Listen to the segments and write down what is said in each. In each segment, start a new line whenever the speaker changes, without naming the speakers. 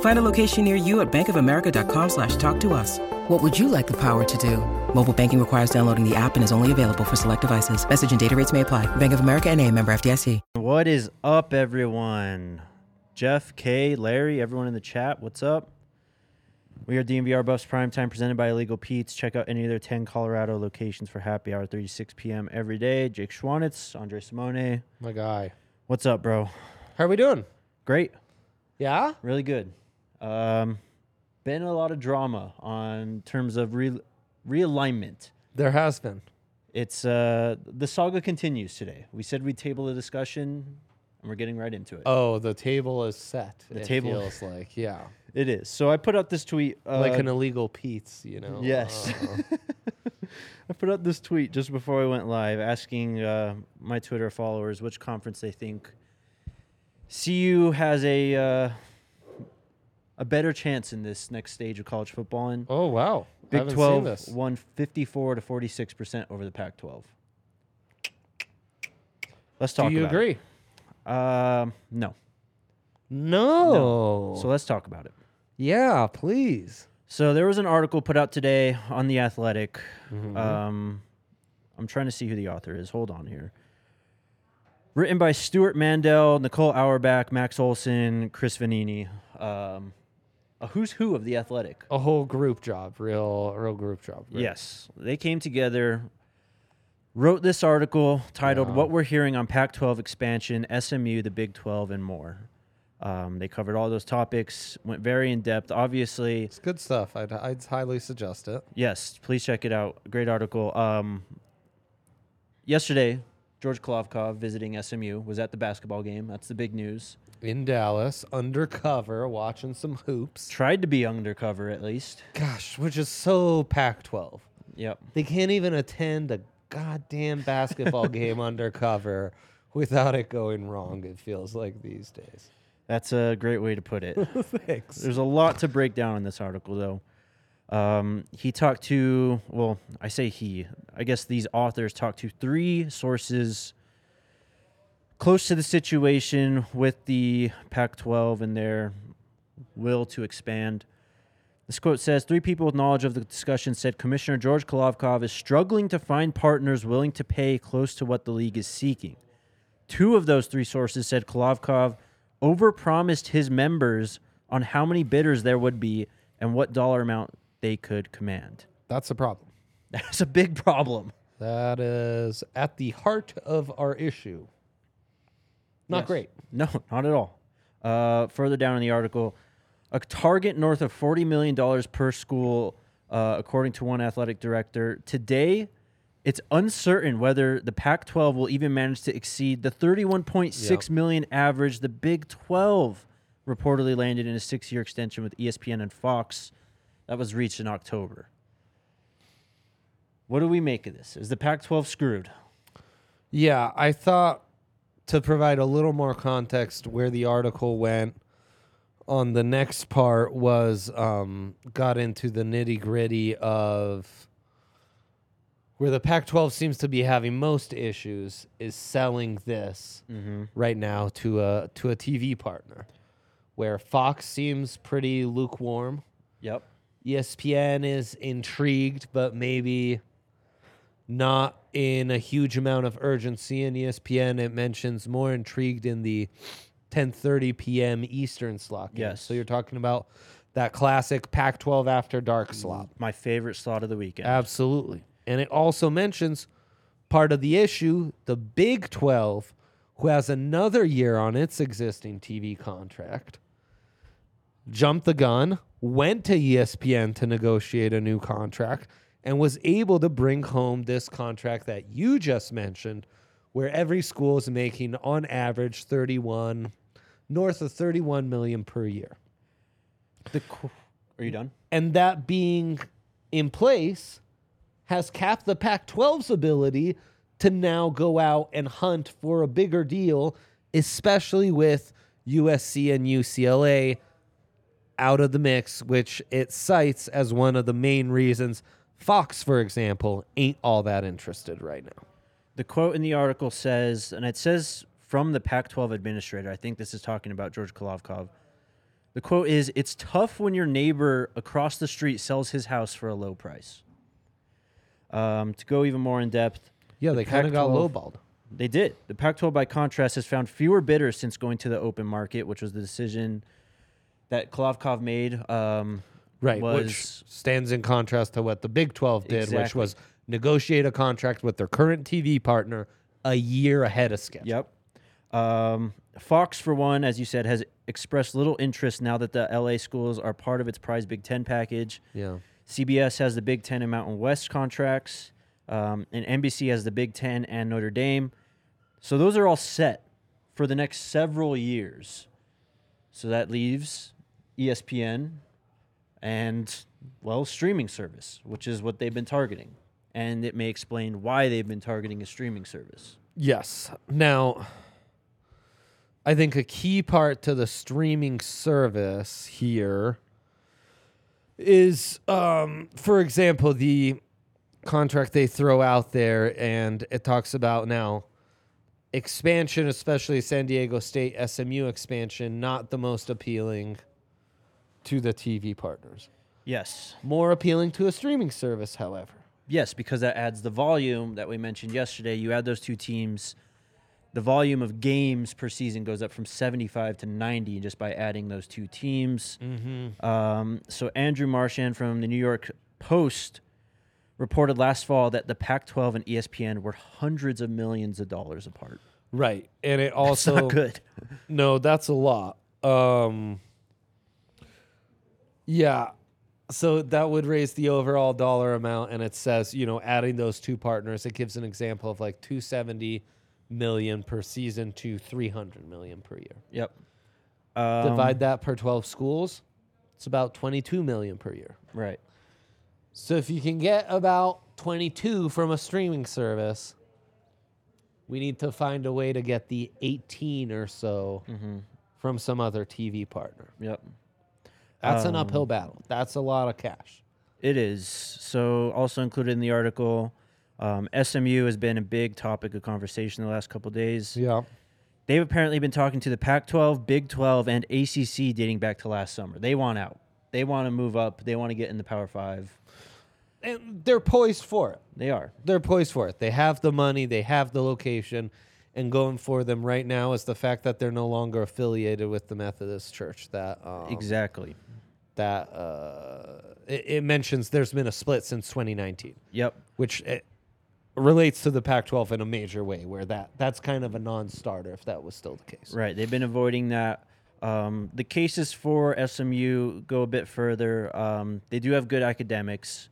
Find a location near you at bankofamerica.com slash talk to us. What would you like the power to do? Mobile banking requires downloading the app and is only available for select devices. Message and data rates may apply. Bank of America and a member FDIC.
What is up, everyone? Jeff, K, Larry, everyone in the chat, what's up? We are DMVR Buffs Prime Time, presented by Illegal Pete's. Check out any of their 10 Colorado locations for happy hour, 36 p.m. every day. Jake Schwanitz, Andre Simone.
My guy.
What's up, bro?
How are we doing?
Great.
Yeah?
Really good. Um, been a lot of drama on terms of re- realignment.
There has been.
It's uh, the saga continues today. We said we'd table the discussion, and we're getting right into it.
Oh, the table is set.
The
it
table-
feels like, yeah.
It is. So I put out this tweet. Uh,
like an illegal Pete's, you know?
Yes.
Uh,
I put out this tweet just before I went live asking uh, my Twitter followers which conference they think CU has a uh, a better chance in this next stage of college football in.
oh, wow. I
Big
haven't
12
seen this.
won 54 to 46% over the Pac 12. Let's talk
Do you
about
agree?
it. Um, no.
No.
So let's talk about it.
yeah, please.
So there was an article put out today on the Athletic. Um, I'm trying to see who the author is. Hold on here. Written by Stuart Mandel, Nicole Auerbach, Max Olson, Chris Vanini. Um, a who's who of the Athletic.
A whole group job, real, real group job. Great.
Yes, they came together, wrote this article titled "What We're Hearing on Pac-12 Expansion, SMU, the Big 12, and More." Um, they covered all those topics, went very in depth. Obviously,
It's good stuff. I'd, I'd highly suggest it.
Yes, please check it out. Great article. Um, yesterday, George Kolovkov visiting SMU was at the basketball game. That's the big news.
In Dallas, undercover, watching some hoops.
Tried to be undercover at least.
Gosh, which is so Pac 12.
Yep.
They can't even attend a goddamn basketball game undercover without it going wrong, it feels like these days.
That's a great way to put it.
Thanks.
There's a lot to break down in this article, though. Um, he talked to, well, I say he, I guess these authors talked to three sources close to the situation with the Pac 12 and their will to expand. This quote says Three people with knowledge of the discussion said Commissioner George Kolovkov is struggling to find partners willing to pay close to what the league is seeking. Two of those three sources said Kolovkov overpromised his members on how many bidders there would be and what dollar amount they could command.
That's the problem.
That's a big problem.
That is at the heart of our issue. Not
Yes.
great.
No, not at all. Uh, further down in the article, a target north of $40 million per school, uh, according to one athletic director. Today, it's uncertain whether the Pac 12 will even manage to exceed the 31.6
Yep.
million average the Big 12 reportedly landed in a six year extension with E ESPN and Fox that was reached in October. What do we make of this? Is the Pac 12 screwed?
Yeah, I thought to provide a little more context where the article went on the next part was um, got into the nitty gritty of where the Pac 12 seems to be having most issues is selling this right now to a, to a TV partner where Fox seems pretty lukewarm.
Yep.
E ESPN is intrigued, but maybe not in a huge amount of urgency. In E ESPN, it mentions more intrigued in the 10:30 p.m. Eastern slot. game.
Yes.
So you're talking about that classic Pac-12 after dark slot.
My favorite slot of the weekend.
Absolutely. And it also mentions part of the issue, the Big 12 who has another year on its existing TV contract, jumped the gun, went to E ESPN to negotiate a new contract, and was able to bring home this contract that you just mentioned, where every school is making on average 31, north of 31 million per year.
The qu- Are you done?
And that being in place has capped the Pac 12's ability to now go out and hunt for a bigger deal, especially with USC and UCLA out of the mix, which it cites as one of the main reasons. Fox, for example, ain't all that interested right now.
The quote in the article says, and it says from the Pac 12 administrator, I think this is talking about George Kolovkov. The quote is It's tough when your neighbor across the street sells his house for a low price. Um, to go even more in depth,
Yeah, they kind of got
Pac-12
lowballed.
They did. The Pac 12, by contrast, has found fewer bidders since going to the open market, which was the decision that Kolovkov made. Um,
Right,
Was,
which stands in contrast to what the Big 12 did, which
Exactly.
was negotiate a contract with their current TV partner a year ahead of schedule.
yep. Um, Fox, for one, as you said, has expressed little interest now that the LA schools are part of its prize Big Ten package.
Yeah.
CBS has the Big Ten and Mountain West contracts, um, and NBC has the Big Ten and Notre Dame. So those are all set for the next several years. So that leaves E ESPN and, well, streaming service, which is what they've been targeting. And it may explain why they've been targeting a streaming service.
Yes. Now, I think a key part to the streaming service here is, um, for example, the contract they throw out there, and it talks about now expansion, especially San Diego State SMU expansion, not the most appealing to the TV partners.
Yes.
More appealing to a streaming service, however.
Yes, because that adds the volume that we mentioned yesterday. You add those two teams, the volume of games per season goes up from 75 to 90 just by adding those two teams. Um, so Andrew Marchand from the New York Post reported last fall that the Pac-12 and E ESPN were hundreds of millions of dollars apart.
Right. And it
It's
also
not good.
No, that's a lot. Um Yeah. So that would raise the overall dollar amount and it says, you know, adding those two partners, it gives an example of like 270 million per season to 300 million per year.
Yep. Um,
Divide that per 12 schools, it's about 22 million per year.
Right.
So if you can get about 22 from a streaming service, we need to find a way to get the 18 or so from some other TV partner.
Yep.
That's an uphill battle. That's a lot of cash.
It is. So, also included in the article, um, SMU has been a big topic of conversation the last couple days.
Yeah.
They've apparently been talking to the Pac 12, Big 12, and ACC dating back to last summer. They want out. They want to move up. They want to get in the Power Five.
And they're poised for it.
They are.
They're poised for it. They have the money, they have the location, and going for them right now is the fact that they're no longer affiliated with the Methodist Church. That um,
E Exactly.
that uh, it, it mentions there's been a split since 2019.
Yep.
which it relates to the Pac-12 in a major way, where that that's kind of a non-starter if that was still the case.
Right. They've been avoiding that. Um, the cases for SMU go a bit further. Um, they do have good academics.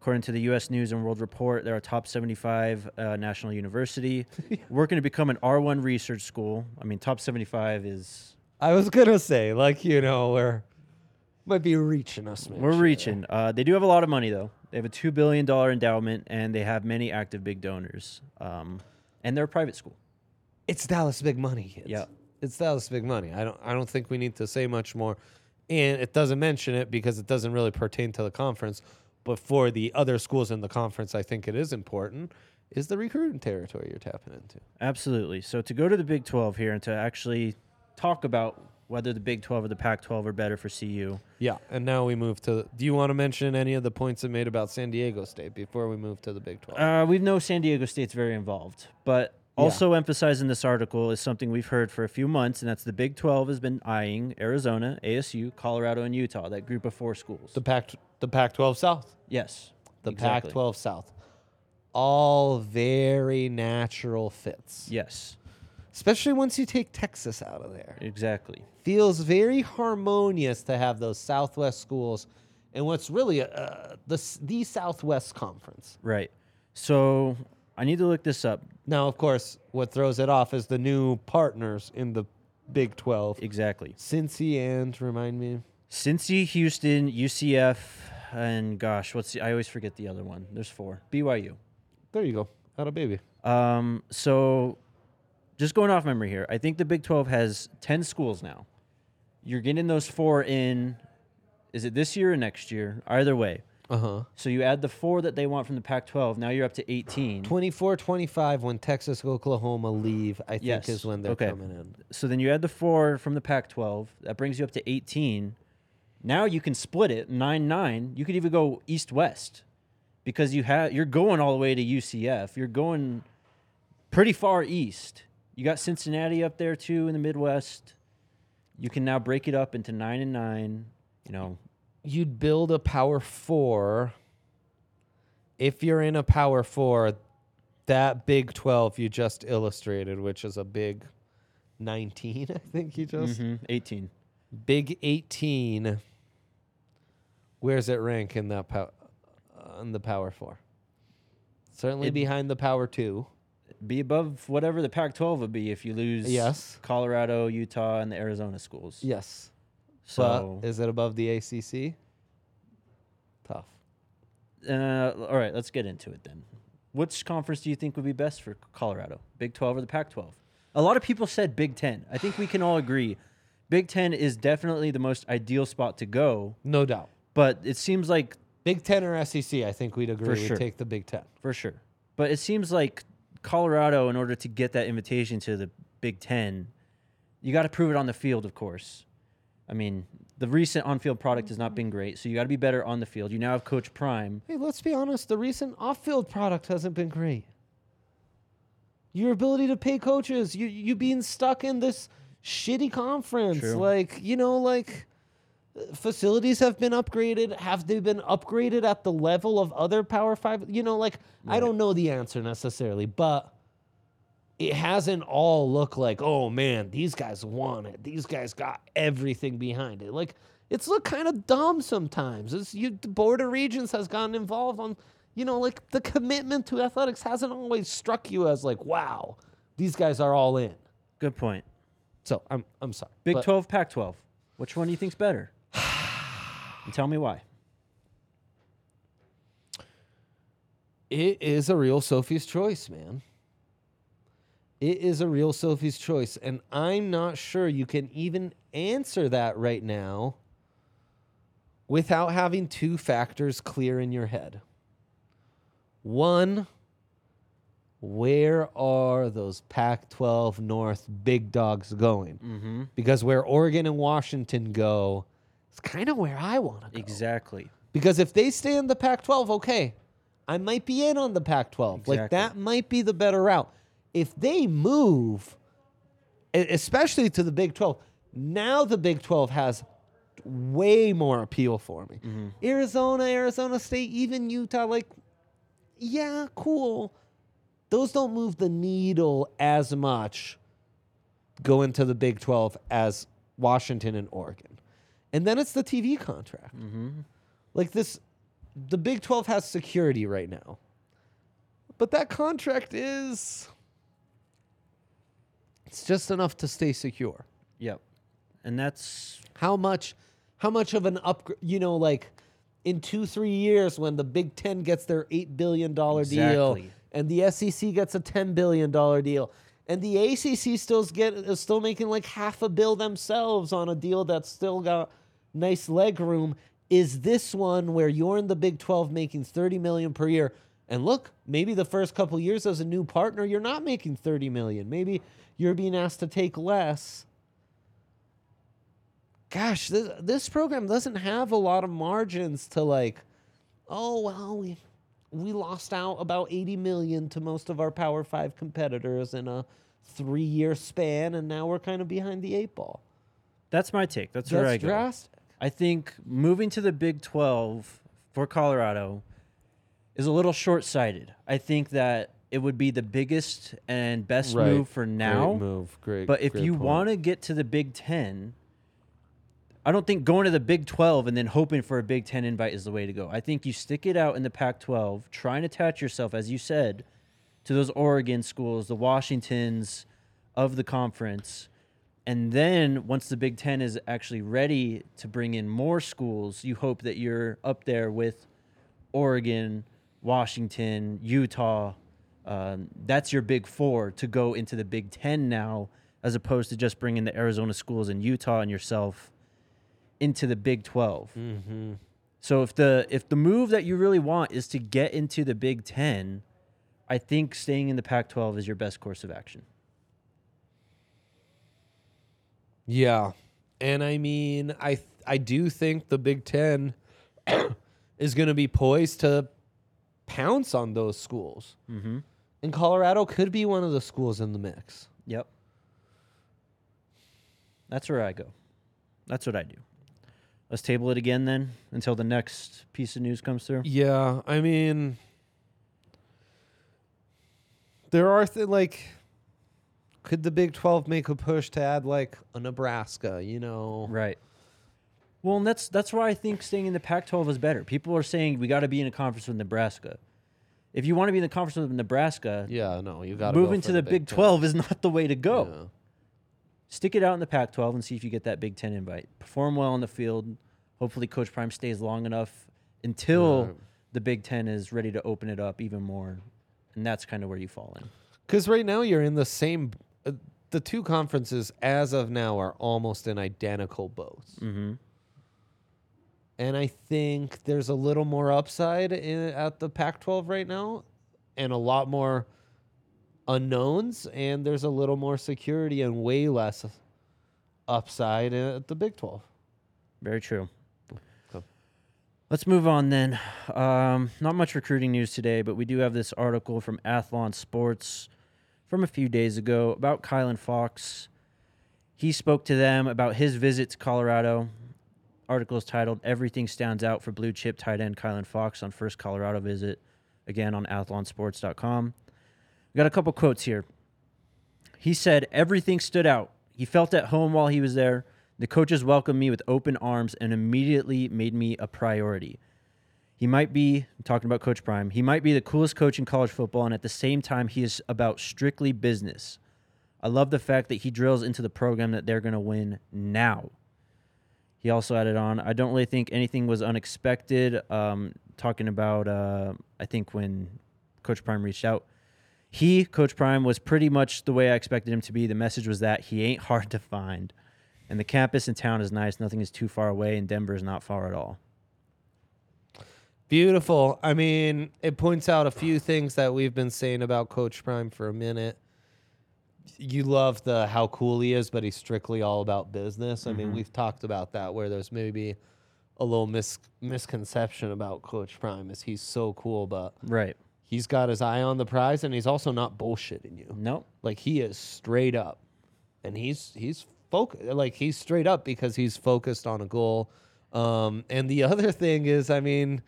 According to the U.S. News and World Report, they're a top 75 uh, national university, working to become an R1 research school. I mean, top 75 is
I was gonna say, like you know, we're might be reaching us. man.
we're reaching. Uh, they do have a lot of money though. They have a two billion dollar endowment, and they have many active big donors. Um, and they're a private school.
It's Dallas big money. Kids.
Yeah.
it's Dallas big money. I don't I don't think we need to say much more, and it doesn't mention it because it doesn't really pertain to the conference. But for the other schools in the conference, I think it is important. Is the recruiting territory you're tapping into?
Absolutely. So to go to the Big 12 here and to actually talk about whether the Big 12 or the Pac 12 are better for CU.
Yeah, and now we move to. Do you want to mention any of the points it made about San Diego State before we move to the Big Twelve?
Uh, we know San Diego State's very involved, but also emphasized in this article is something we've heard for a few months, and that's the Big 12 has been eyeing Arizona, ASU, Colorado, and Utah, that group of four schools.
the Pac, the Pac-12 South,
yes.
the
exactly.
Pac-12 South, all very natural fits.
Yes.
especially once you take Texas out of there.
Exactly.
feels very harmonious to have those Southwest schools and what's really uh, the, s- the Southwest Conference.
Right. So I need to look this up
Now, of course, what throws it off is the new partners in the Big 12.
exactly.
Cincy and, remind me,
Cincy, Houston, UCF, and gosh, what's the, I always forget the other one. There's four. BYU.
there you go, out of baby.
Um, so just going off memory here, I think the Big 12 has 10 schools now. You're getting those four in, is it this year or next year? Either way.
Uh huh.
So you add the four that they want from the Pac 12. Now you're up to 18.
24 25, when Texas Oklahoma leave, I think
Yes,
is when they're
okay.
coming in.
So then you add the four from the Pac 12. That brings you up to 18. Now you can split it 9 9. You could even go east west because you have, you're going all the way to UCF. You're going pretty far east. You got Cincinnati up there too in the Midwest. You can now break it up into 9 and 9. You know,
You'd build a power four. If you're in a power four, that Big 12 you just illustrated, which is a big 19, I think you just.
mhm, 18. Mm-hmm.
Big 18. Where's it rank in that pow- uh, in the power four? Certainly
It-
behind the power two.
Be above whatever the Pac 12 would be if you lose
Yes.
Colorado, Utah, and the Arizona schools.
Yes.
So
but is it above the ACC? Tough.
uh, all right, let's get into it then. Which conference do you think would be best for Colorado? Big 12 or the Pac 12? A lot of people said Big 10. I think we can all agree Big 10 is definitely the most ideal spot to go,
No doubt.
but it seems like
Big Ten or SEC? I think we'd agree.
sure.
We'd take the Big Ten.
for sure. But it seems like Colorado in order to get that invitation to the Big 10, you got to prove it on the field, of course. I mean, the recent on-field product has not been great, so you got to be better on the field. You now have coach Prime
Hey, let's be honest. The recent off-field product hasn't been great. Your ability to pay coaches, you you being stuck in this shitty conference,
True.
like you know, like uh, facilities have been upgraded. Have they been upgraded at the level of other Power Five? You know, like I don't know the answer necessarily, but it hasn't all looked like, oh man, these guys want it. These guys got everything behind it. Like it's looked kind of dumb sometimes. It's you the Board of Regents has gotten involved on, you know, like the commitment to athletics hasn't always struck you as like, wow, these guys are all in.
Good point.
So I'm I'm sorry.
Big
but
12, Pac 12. Which one do you think's better? and tell me why.
It is a real Sophie's choice, man. It is a real Sophie's choice. And I'm not sure you can even answer that right now without having two factors clear in your head. One, where are those Pac 12 North big dogs going?
Mm-hmm.
Because where Oregon and Washington go is kind of where I want to go.
Exactly.
Because if they stay in the Pac 12, okay, I might be in on the Pac 12. Like
Exactly.
that might be the better route. If they move, e- especially to the Big 12, now the Big 12 has way more appeal for me. Arizona, Arizona State, even Utah, like, yeah, cool. Those don't move the needle as much go into the Big 12 as Washington and Oregon. And then it's the TV contract. Like this, the Big 12 has security right now. But that contract is. It's just enough to stay secure.
Yep. And that's
How much, how much of an upgrade, you know, like in two, three years when the Big 10 gets their $8 billion deal
Exactly.
and the SEC gets a $10 billion deal and the ACC stills get, is still making like half a bill themselves on a deal that's still got nice leg room. Is this one where you're in the Big 12 making 30 million per year? And look, maybe the first couple years as a new partner, you're not making 30 million. Maybe you're being asked to take less gosh, this this program doesn't have a lot of margins to like, oh well, we we lost out about eighty million to most of our Power Five competitors in a three year span, and now we're kind of behind the eight ball.
that's my take. That's, where I
That's
go.
drastic.
I think moving to the Big 12 for Colorado is a little short sighted. I think that it would be the biggest and best
Right.
move for now.
Great move. Great.
But if
great
you
point.
want to get to the Big Ten, I don't think going to the Big 12 and then hoping for a Big Ten invite is the way to go. I think you stick it out in the Pac 12, try and attach yourself, as you said, to those Oregon schools, the Washingtons of the conference. And then once the Big Ten is actually ready to bring in more schools, you hope that you're up there with Oregon, Washington, Utah. Um, that's your big four to go into the Big Ten now, as opposed to just bringing the Arizona schools and Utah and yourself into the Big 12 So if the if the move that you really want is to get into the Big Ten, I think staying in the Pac-12 is your best course of action.
Yeah. And I mean, I th- I do think the Big 10 is going to be poised to pounce on those schools. Mm-hmm. And Colorado could be one of the schools in the mix.
Yep. That's where I go. That's what I do. Let's table it again then until the next piece of news comes through.
Yeah, I mean, there are th- like, could the Big Twelve make a push to add like a Nebraska? You know,
Right. Well, and that's that's why I think staying in the Pac-12 is better. People are saying we got to be in a conference with Nebraska. If you want to be in the conference with Nebraska,
yeah, no, you got
moving to the, Big 12 is not the way to go.
Yeah.
Stick it out in the Pac-12 and see if you get that Big 10 invite. Perform well on the field. Hopefully coach Prime stays long enough until
Right.
the Big 10 is ready to open it up even more. And that's kind of where you fall in.
Because right now you're in the same. Uh, the two conferences as of now are almost in identical boats. Mm-hmm. And I think there's a little more upside in, at the Pac 12 right now and a lot more unknowns. And there's a little more security and way less upside at the Big 12.
Very true.
Cool.
Let's move on then. Um, not much recruiting news today, but we do have this article from Athlon Sports from a few days ago about Kylan Fox. He spoke to them about his visit to Colorado. Article is titled Everything Stands Out for Blue Chip Tight End Kylan Fox on First Colorado Visit, again on athlonsports.com. We got a couple quotes here. He said, Everything stood out. He felt at home while he was there. The coaches welcomed me with open arms and immediately made me a priority. He might be, I'm talking about Coach Prime, he might be the coolest coach in college football, and at the same time, he is about strictly business. I love the fact that he drills into the program that they're going to win now. He also added on, I don't really think anything was unexpected. Um, talking about, uh, I think when Coach Prime reached out, he, Coach Prime, was pretty much the way I expected him to be. The message was that he ain't hard to find. And the campus in town is nice. Nothing is too far away, and Denver is not far at all.
Beautiful. I mean, it points out a few things that we've been saying about Coach Prime for a minute. You love the how cool he is, but he's strictly all about business. I mean, we've talked about that where there's maybe a little mis- misconception about Coach Prime is he's so cool, but
Right.
he's got his eye on the prize and he's also not bullshitting you.
Nope.
Like he is straight up, and he's he's focused. Like he's straight up because he's focused on a goal. Um, and the other thing is, I mean,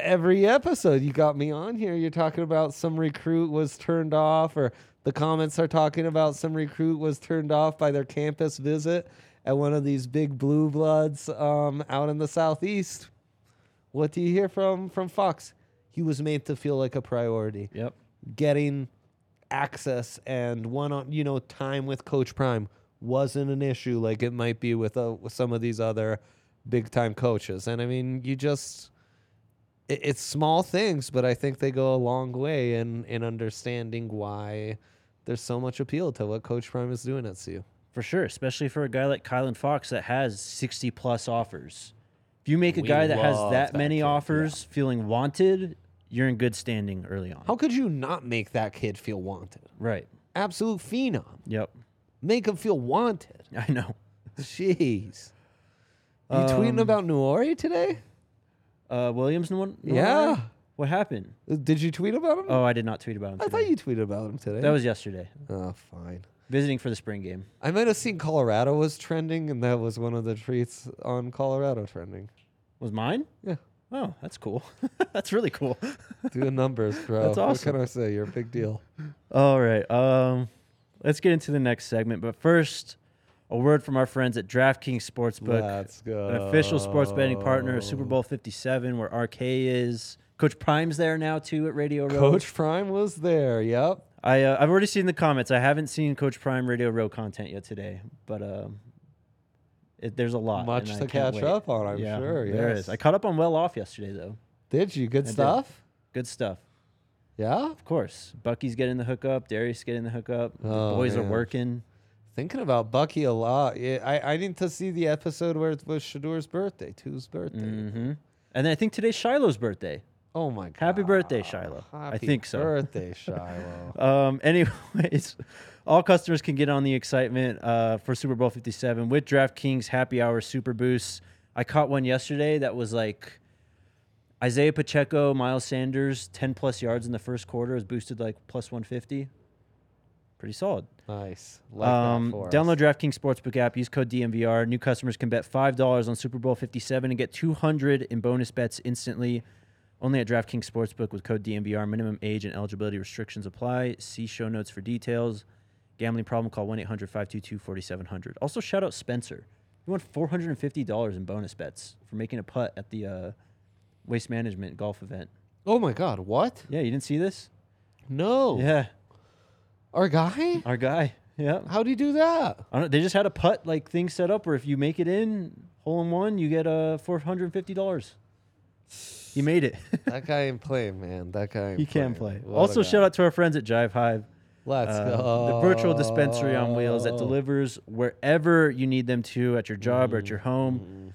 every episode you got me on here, you're talking about some recruit was turned off, or the comments are talking about some recruit was turned off by their campus visit at one of these big blue bloods um, out in the southeast. What do you hear from from Fox? He was made to feel like a priority
Yep.
getting access and one on you know time with coach prime wasn't an issue like it might be with, uh, with some of these other big time coaches and i mean you just it, it's small things but i think they go a long way in in understanding why there's so much appeal to what coach prime is doing at cu
For sure. Especially for a guy like Kylan Fox that has 60 plus offers. If you make a
We
guy that has
love
that
that
many
kid,
offers feeling wanted, you're in good standing early on.
how could you not make that kid feel wanted
Right.
absolute phenom
Yep.
make him feel wanted
I know.
jeez you tweeting about Nuori today
Uh, Williams one?
Yeah.
What happened?
Did you tweet about him?
Oh, I did not tweet about him.
I
Today.
thought you tweeted about him today.
that was yesterday.
oh fine.
Visiting for the spring game.
I might have seen Colorado was trending, and that was one of the tweets on Colorado trending.
Was mine?
Yeah,
Oh, that's cool. that's really cool.
Doing numbers, bro.
That's
What
awesome.
can I say? You're a big deal.
All right. Um, let's get into the next segment. But first, a word from our friends at DraftKings Sportsbook,
Let's go.
an official sports betting partner of Super Bowl 57, where RK is. Coach Prime's there now, too, at Radio Row.
Coach Prime was there. Yep.
I, uh, I've already seen the comments. I haven't seen Coach Prime Radio Row content yet today, but um, it, there's a lot.
Much
and I
to
can't
catch
wait.
up on, I'm sure,
There is.
yes.
I caught up on Well Off yesterday, though.
Did you? Good
did.
stuff.
Good stuff.
Yeah.
Of course. Bucky's getting the hookup. Darius getting the hookup.
Oh,
the boys are
man.
working.
Thinking about Bucky a lot. Yeah, I, I need to see the episode where it was Shadur's birthday, Two's birthday.
hmm And then I think today's Shiloh's birthday.
Oh my god.
Happy birthday, Shiloh. I
Happy
think so.
Birthday, Shiloh.
Um, anyways, all customers can get on the excitement uh, for Super Bowl 57 with DraftKings Happy Hour Super Boosts. I caught one yesterday that was like Isaiah Pacheco, Miles Sanders, 10 plus yards in the first quarter is boosted like plus 150. Pretty solid.
nice. Like
Um,
that for us.
download DraftKings Sportsbook app. Use code DMVR. New customers can bet five dollars on Super Bowl Fifty Seven and get two hundred in bonus bets instantly. Only at DraftKings Sportsbook with code DMVR. Minimum age and eligibility restrictions apply. See show notes for details. Gambling problem? Call one 4700 Also, shout out Spencer. He won four hundred and fifty dollars in bonus bets for making a putt at the uh, Waste Management golf event.
Oh my god, what?
Yeah, you didn't see this?
No.
Yeah,
Our guy?
our guy. Yeah.
How'd he do that?
I don't, they just had a putt like thing set up where if you make it in hole in one, you get uh, four hundred and fifty dollars. He made it.
That guy ain't playing, man. That guy ain't
he can play.
What a
Also,
guy.
shout out to our friends at Jive Hive,
Let's
uh,
go.
the virtual dispensary on wheels that delivers wherever you need them to at your job or at your
Mm-hmm.
home.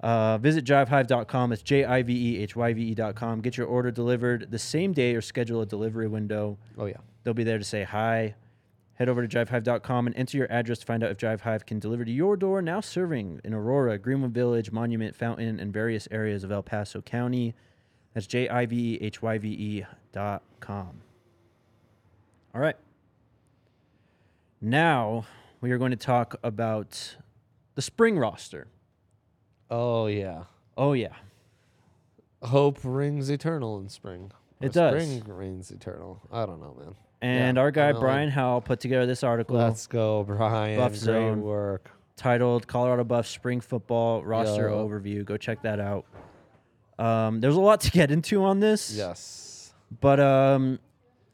Uh, visit jivehive.com. It's J I V E H Y V E.com. Get your order delivered the same day or schedule a delivery window.
Oh yeah.
They'll be there to say hi. Head over to jivehive.com and enter your address to find out if Jive Hive can deliver to your door. Now serving in Aurora, Greenwood Village, Monument, Fountain, and various areas of El Paso County. That's J I V E H Y V E dot com. All right. Now we are going to talk about the spring roster.
Oh yeah.
Oh, yeah.
Hope rings eternal in spring. Or
It does.
Spring reigns eternal. I don't know, man.
And
Yeah,
our
I
guy,
know.
Brian Howell, put together this article.
Let's go, Brian.
Buff
Great
zone.
work.
titled Colorado Buffs Spring Football Roster
Yeah.
Overview. Go check that out. Um, there's a lot to get into on this,
Yes.
but um,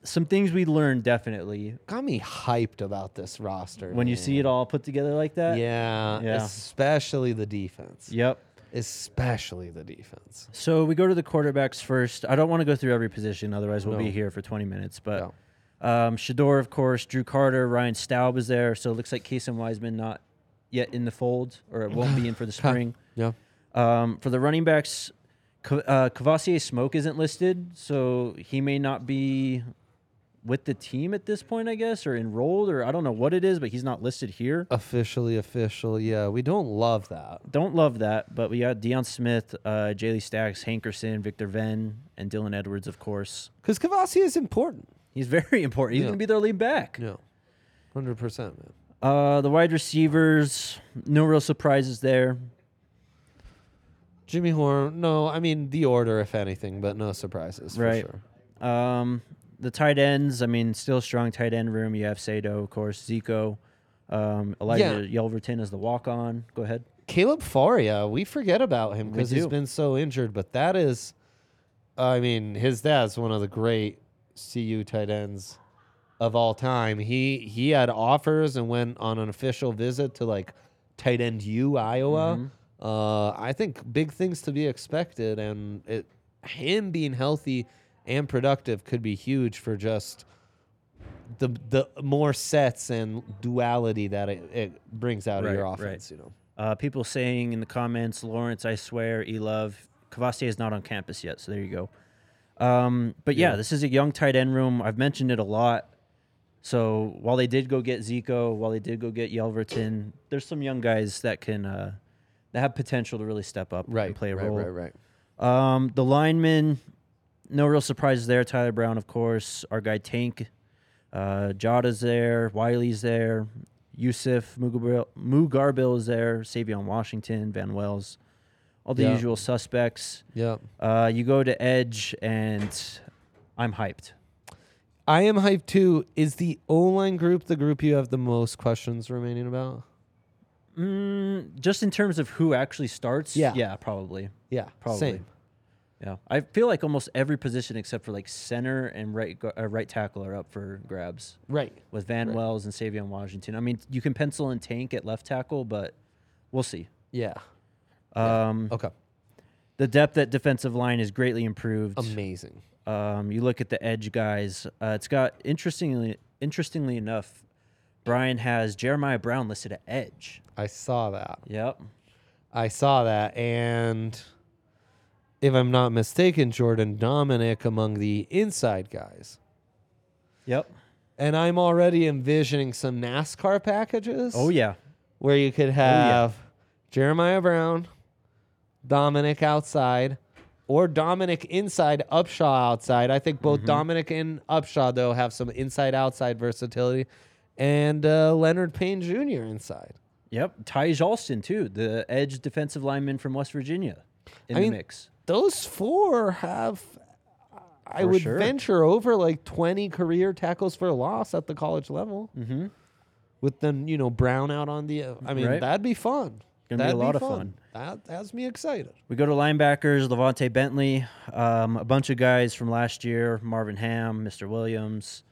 some things we learned definitely
Got me hyped about this roster.
when you see it all put together like that.
Mm. Yeah,
Yeah.
especially the defense.
Yep.
Especially the defense.
So we go to the quarterbacks first. I don't want to go through every position, otherwise we'll
No.
be here for 20 minutes. But
No.
um, Shador, of course, Drew Carter, Ryan Staub is there. So it looks like Casey Wiseman not yet in the fold, or it won't be in for the spring.
Yeah.
Um, for the running backs, Ca- uh, Cavassier Smoke isn't listed, so he may not be with the team at this point, I guess, or enrolled, or I don't know what it is, but he's not listed here.
Uh, Officially official. Yeah, we don't love that.
Don't love that, but we got Deion Smith, uh, Jaylee Stacks, Hankerson, Victor Venn, and Dylan Edwards, of course.
Because Kavasi is important.
He's very important. He's
Yeah.
going to be their lead back.
Yeah. 100%, man.
Uh, the wide receivers, no real surprises there.
Jimmy Horn, no, I mean, the order, if anything, but no surprises for
Right.
sure.
Um, the tight ends, I mean, still strong tight end room. You have Sado, of course, Zico, um, Elijah Yelverton is the walk on. Go ahead.
Caleb Faria, we forget about him
We
because he's
do.
been so injured, but that is, I mean, his dad's one of the great CU tight ends of all time. He he had offers and went on an official visit to like tight end U Iowa.
Mm-hmm.
Uh, I think big things to be expected, and it, him being healthy and productive could be huge for just the the more sets and duality that it, it brings out of your
Right, right.
offense. You know.
Uh, people saying in the comments, Lawrence, I swear, E Love. Kavassier is not on campus yet, so there you go. Um, but yeah, this is a young tight end room. I've mentioned it a lot. So while they did go get Zico, while they did go get Yelverton, there's some young guys that can uh, that have potential to really step up
Right.
and play a
right,
role.
right. Right.
Um, the linemen, no real surprises there. Tyler Brown, of course. Our guy Tank, uh, Jada's there. Wiley's there. Yusuf Mugarbil, Mugarbil is there. Savion Washington, Van Wells, all the
Yeah.
usual suspects.
Yeah.
Uh, you go to Edge, and I'm hyped.
I am hyped too. Is the O line group the group you have the most questions remaining about?
Mm, just in terms of who actually starts,
Yeah.
yeah, probably.
Yeah,
Probably.
Same.
Yeah, I feel like almost every position except for like center and right gu- uh, right tackle are up for grabs
Right.
with Van
Right.
Wells and Savion Washington. I mean, you can pencil and tank at left tackle, but we'll see.
Yeah.
Um,
Okay.
The depth at defensive line is greatly improved.
Amazing.
Um, you look at the edge guys. Uh, it's got interestingly, interestingly enough, Brian has Jeremiah Brown listed at edge.
I saw that.
Yep.
I saw that. And if I'm not mistaken, Jordan Dominic among the inside guys.
Yep.
And I'm already envisioning some NASCAR packages.
Oh yeah.
Where you could
Oh, yeah.
have Jeremiah Brown, Dominic outside, or Dominic inside, Upshaw outside. I think
Mm-hmm.
both Dominic and Upshaw, though, have some inside outside versatility. And uh, Leonard Payne Jr. inside.
Yep. Ty Jolston too, the edge defensive lineman from West Virginia, in
I
the
mean,
mix.
those four have I
For
would
sure.
venture over like 20 career tackles for a loss at the college level. Mm-hmm. With them, you know, Brown out on the. uh, I mean,
Right.
that'd be fun.
Gonna be a
that'd
lot of fun.
That has me excited.
We go to linebackers, Levante Bentley, um, a bunch of guys from last year, Marvin Ham, Mr. Williams.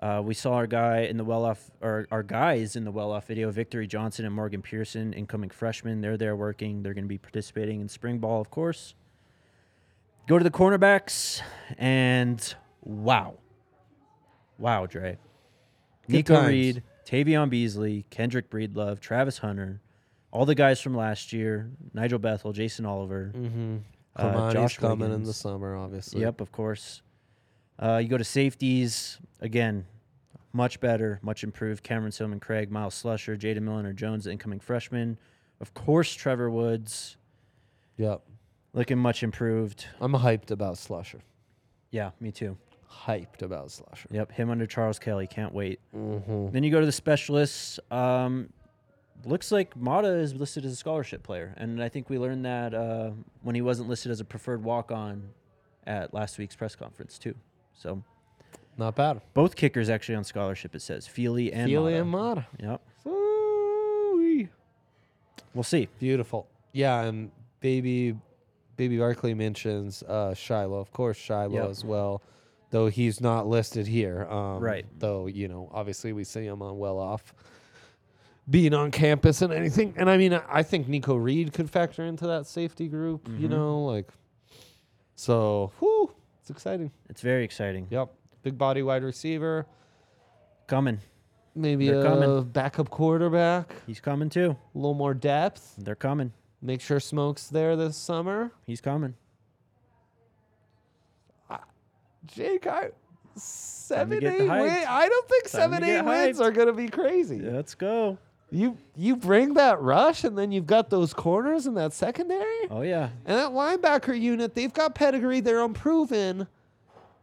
Uh, we saw our guy in the well off, or our guys in the well off video, Victory Johnson and Morgan Pearson, incoming freshmen. They're there working. They're going to be participating in spring ball, of course. Go to the cornerbacks, and wow, wow, Dre,
Good
Nico
times.
Reed, Tavion Beasley, Kendrick Breedlove, Travis Hunter, all the guys from last year, Nigel Bethel, Jason Oliver.
Mm-hmm.
Uh,
Kamani's
Josh
coming in the
Wiggins.
summer, obviously.
Yep, of course. Uh, you go to safeties again, much better, much improved. Cameron Silman, Craig, Miles Slusher, Jaden Milliner Jones, the incoming freshman. Of course, Trevor Woods
Yep.
looking much improved.
I'm hyped about Slusher.
Yeah, me too.
Hyped about Slusher. Mm-hmm.
Yep, him under Charles Kelly. Can't wait. Then you go to the specialists. Um, looks like Mata is listed as a scholarship player, and I think we learned that uh, when he wasn't listed as a preferred walk-on at last week's press conference too. So
Not bad.
both kickers actually on scholarship. It says Feely and
Feely
Mata.
and Mata.
Yep,
Ooh-wee.
we'll see.
Beautiful. Yeah, and baby, baby Barkley mentions uh, Shiloh, of course, Shiloh
Yep.
as well, though he's not listed here. Um,
Right.
Though you know, obviously, we see him on well off, being on campus and anything. And I mean, I I think Nico Reed could factor into that safety group.
Mm-hmm.
You know, like so. Whoo, it's exciting.
It's very exciting.
Yep, big body wide receiver,
Coming,
maybe
They're
a
coming.
backup quarterback,
he's coming too.
a little more depth.
They're coming.
Make sure Smoke's there this summer.
He's coming.
Jake, I seven
get
eight
the hype.
wins. I don't think
Time to
seven eight
get
wins
hyped.
are gonna be crazy.
Let's go.
You you bring that rush, and then you've got those corners and that secondary,
Oh yeah,
and that linebacker unit. They've got pedigree. They're unproven.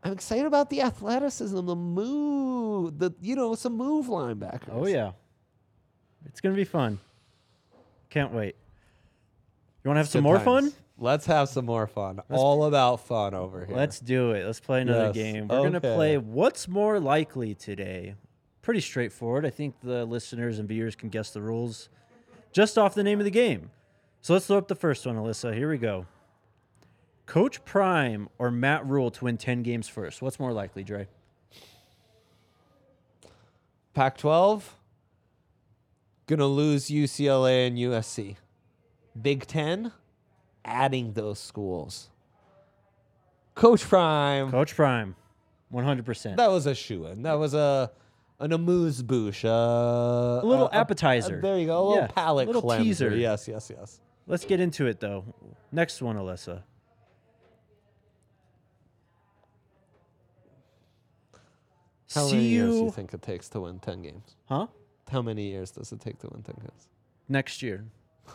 I'm excited about the athleticism, the move, the you know some move linebackers.
Oh yeah. It's gonna be fun. Can't wait. You wanna have some more fun?
Let's have some more fun. All about fun over here.
Let's do it. Let's play another
Yes.
game. We're gonna
Okay.
play what's more likely today. Pretty straightforward. I think the listeners and viewers can guess the rules just off the name of the game. So let's throw up the first one, Alyssa. Here we go. Coach Prime or Matt Rule to win ten games first. What's more likely, Dre?
Pac 12, gonna lose UCLA and USC. Big 10, adding those schools. Coach Prime,
Coach Prime, one hundred percent.
that was a shoe in. That was a an amuse bouche. A, a
little appetizer.
there you go. A little
Yeah,
palate
little
cleanser.
teaser.
Yes, yes, yes.
Let's get into it though. Next one, Alyssa.
How
See
many years do
you-
you think it takes to win 10 games?
Huh?
How many years does it take to win 10 games?
Next year.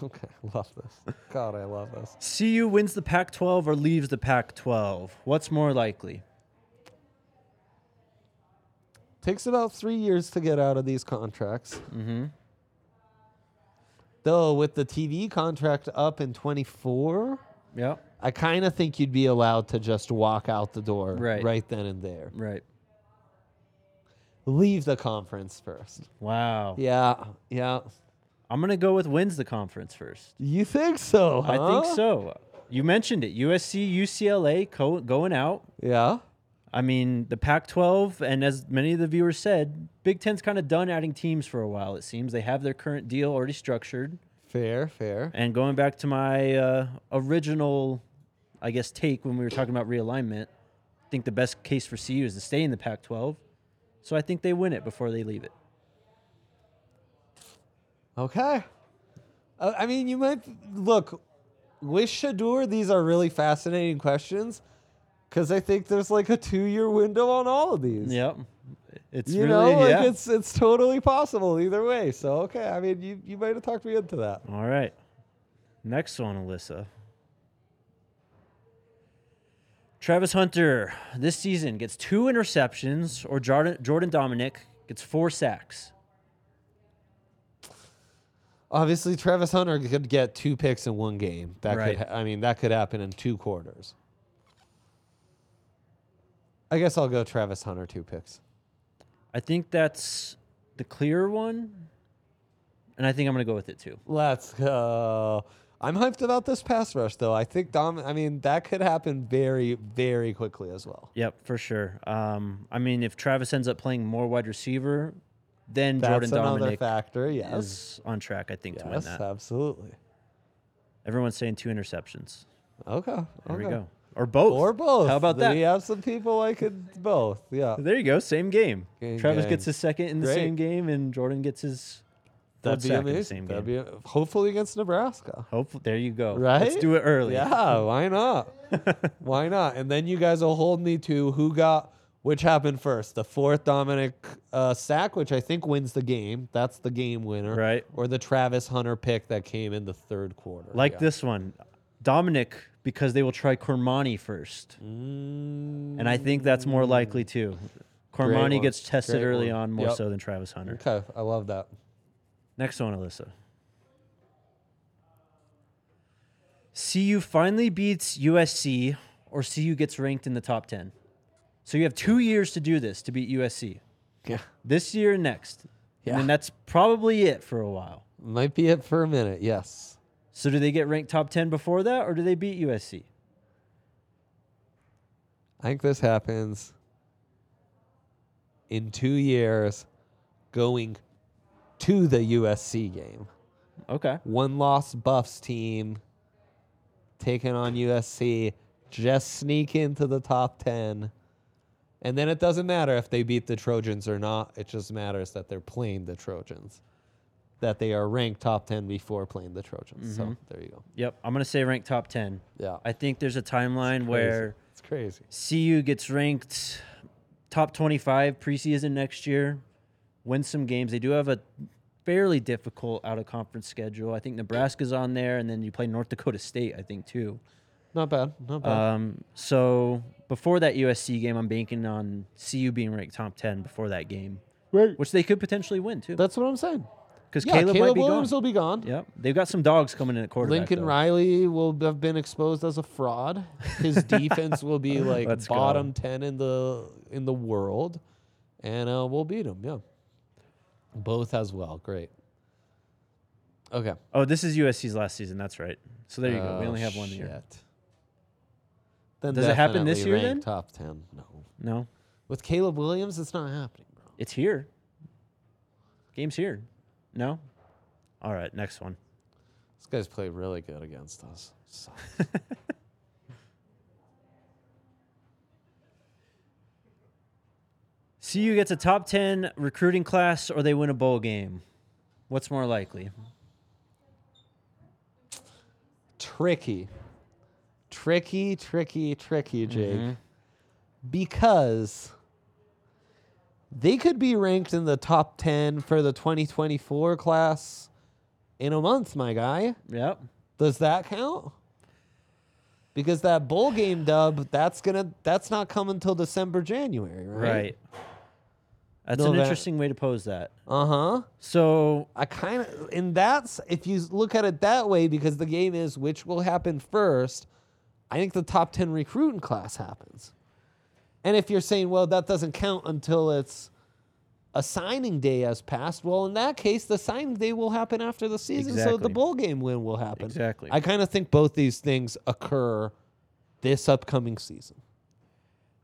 Okay, I love this. God, I love this.
CU wins the Pac 12 or leaves the Pac 12. What's more likely?
Takes about three years to get out of these contracts. Mm-hmm. Though with the TV contract up in 24,
Yeah.
I kind of think you'd be allowed to just walk out the door
Right.
then and there.
Right.
Leave the conference first.
Wow.
Yeah, yeah.
I'm gonna go with wins the conference first.
You think so?
I
huh?
think so. You mentioned it. USC, UCLA co- going out.
Yeah.
I mean, the Pac-12, and as many of the viewers said, Big Ten's kind of done adding teams for a while. It seems they have their current deal already structured.
Fair, fair.
And going back to my uh, original, I guess, take when we were talking about realignment, I think the best case for CU is to stay in the Pac 12. So I think they win it before they leave it.
Okay. Uh, I mean, you might look with Shadur. These are really fascinating questions because I think there's like a two-year window on all of these.
Yep. It's
You
really,
know, like
yeah.
it's it's totally possible either way. So okay, I mean, you you might have talked me into that.
All right. Next one, Alyssa. Travis Hunter this season gets two interceptions, or Jordan, Jordan Dominic gets four sacks.
Obviously, Travis Hunter could get two picks in one game. That
Right.
could, ha- I mean, that could happen in two quarters. I guess I'll go Travis Hunter two picks.
I think that's the clear one. And I think I'm going to go with it too.
Let's go. I'm hyped about this pass rush, though. I think Dom. I mean, that could happen very, very quickly as well.
Yep, for sure. Um, I mean, if Travis ends up playing more wide receiver, then
That's
Jordan
another
Dominic
factor. Yes.
is on track, I think, to win
Yes,
that.
absolutely.
Everyone's saying two interceptions.
Okay.
There we
okay.
go. Or both.
Or both.
How about
Then
that?
We have some people I could both. Yeah.
There you go. Same game.
Game,
Travis
game.
gets his second in the
Great.
same game, and Jordan gets his third
That'd be
sack in the
amazing.
same
That'd
game.
be hopefully against Nebraska.
Hopefully, there you go.
Right?
Let's do it early.
Yeah, why not? why not? And then you guys will hold me to who got which happened first. The fourth Dominic uh, sack, which I think wins the game. That's the game winner.
Right.
Or the Travis Hunter pick that came in the third quarter.
Like
Yeah.
this one, Dominic, because they will try Cormani first, and I think that's more likely too. Cormani
Mm. one.
gets tested
Great
early
one.
on more
Yep.
so than Travis Hunter.
Okay, I love that.
Next one, Alyssa. CU finally beats USC, or CU gets ranked in the top 10. So you have two years to do this to beat USC
Yeah.
this year and next. And
Yeah.
then that's probably it for a while.
Might be it for a minute. Yes.
So do they get ranked top 10 before that, or do they beat USC?
I think this happens in two years going to the USC game.
Okay.
one loss Buffs team taking on USC, just sneak into the top 10. And then it doesn't matter if they beat the Trojans or not. It just matters that they're playing the Trojans, that they are ranked top 10 before playing the Trojans. So there you go.
Yep. I'm going to say ranked top 10.
Yeah.
I think there's a timeline where
it's crazy.
CU gets ranked top 25 preseason next year, wins some games. They do have a fairly difficult out of conference schedule. I think Nebraska's on there, and then you play North Dakota State, I think, too.
Not bad. Not bad.
Um, so before that USC game, I'm banking on CU being ranked top 10 before that game,
right.
which they could potentially win, too.
That's what I'm saying.
Because
Yeah,
Caleb,
Caleb,
might be
Williams
gone.
will be gone.
Yep. They've got some dogs coming in at quarterback.
Lincoln
though.
Riley will have been exposed as a fraud. His defense will be like
Let's go.
bottom ten in the in the world, and uh, we'll beat him. Yeah, both as well. Great. Okay.
Oh, this is USC's last season. That's right. So there you go. We
Oh,
only have one year.
shit. Then
Does it happen
definitely
this year,
ranked
then?
Top ten. No.
No,
With Caleb Williams, it's not happening, bro.
it's here. Game's here. No. All right. Next one.
This guy's played really good against us. Sucks.
CU gets a top ten recruiting class, or they win a bowl game. What's more likely?
tricky. Tricky, tricky, tricky, Jake. Because they could be ranked in the top 10 for the 2024 class in a month, my guy.
Yep.
Does that count? Because that bowl game dub, that's gonna that's not coming till December, January, right?
Right. That's
No,
an
that-
interesting way to pose that.
Uh huh.
So
I kind of, and that's if you look at it that way, because the game is which will happen first. I think the top ten recruiting class happens, and if you're saying, well, that doesn't count until it's a signing day has passed, well, in that case, the signing day will happen after the season, so the
Exactly.
bowl game win will happen.
Exactly.
I kind of think both these things occur this upcoming season.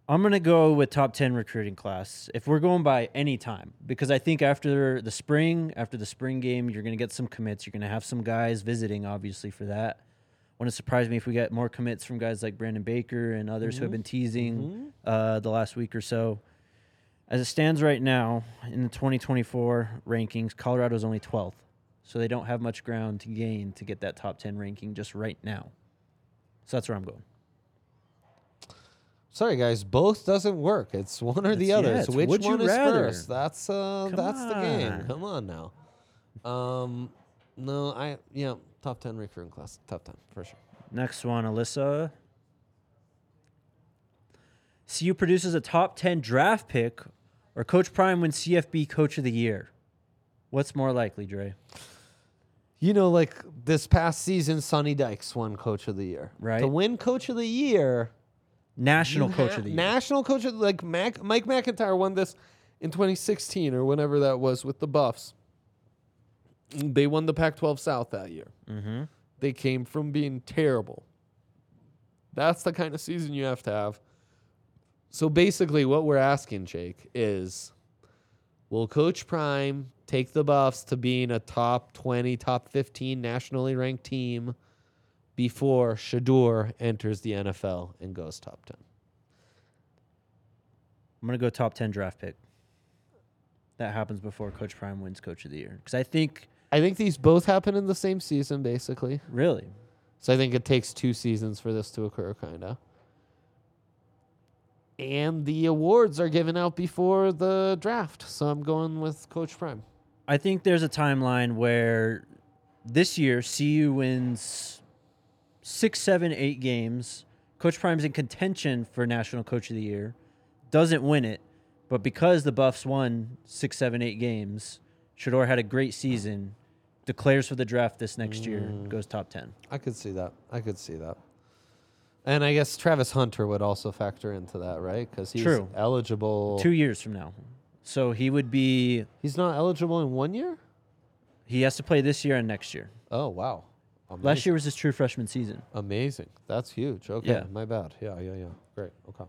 I'm gonna go with top ten recruiting class if we're going by any time because I think after the spring, after the spring game, you're gonna get some commits. You're gonna have some guys visiting, obviously for that. Wouldn't surprise me if we get more commits from guys like Brandon Baker and others who have been teasing uh, the last week or so. As it stands right now in the 2024 rankings, Colorado's only 12th, so they don't have much ground to gain to get that top 10 ranking just right now. So that's where I'm going.
Sorry, guys, both doesn't work. It's one or the
It's-
other.
yeah,
so
it's
which
would you
one is
rather.
first? That's uh,
Come
that's the game.
on.
Come on now. Um, no, I yeah, top ten recruiting class, top ten for sure.
Next one, Alyssa. CU produces a top 10 draft pick or Coach Prime wins CFB Coach of the Year. What's more likely, Dre?
You know, like this past season, Sonny Dykes won Coach of the Year. To
Right.
win Coach of the Year,
National
you
Coach
ha-
of the Year.
Mm-hmm. National Coach of like Mac, Mike McIntyre won this in 2016 or whenever that was with the Buffs. They won the Pac-12 South that year.
mm-hmm.
They came from being terrible. That's the kind of season you have to have. So basically, what we're asking, Jake, is will Coach Prime take the buffs to being a top 20, top 15 nationally ranked team before Shadur enters the NFL and goes top 10?
I'm going to go top 10 draft pick. That happens before Coach Prime wins Coach of the Year. Because I think,
I think these both happen in the same season, basically.
really,
So I think it takes two seasons for this to occur, kind of. And the awards are given out before the draft. So I'm going with Coach Prime.
I think there's a timeline where this year CU wins six, seven, eight games. Coach Prime's in contention for National Coach of the Year, doesn't win it, but because the Buffs won six, seven, eight games, Shador had a great season, declares for the draft this next year, goes top 10.
I could see that. I could see that. And I guess Travis Hunter would also factor into that, right? Because he's
True.
eligible.
Two years from now. So he would be,
He's not eligible in one year?
he has to play this year and next year.
Oh, wow.
Last year was his true freshman season.
Amazing. That's huge. Okay.
Yeah.
My bad. Yeah, yeah, yeah. Great. Okay.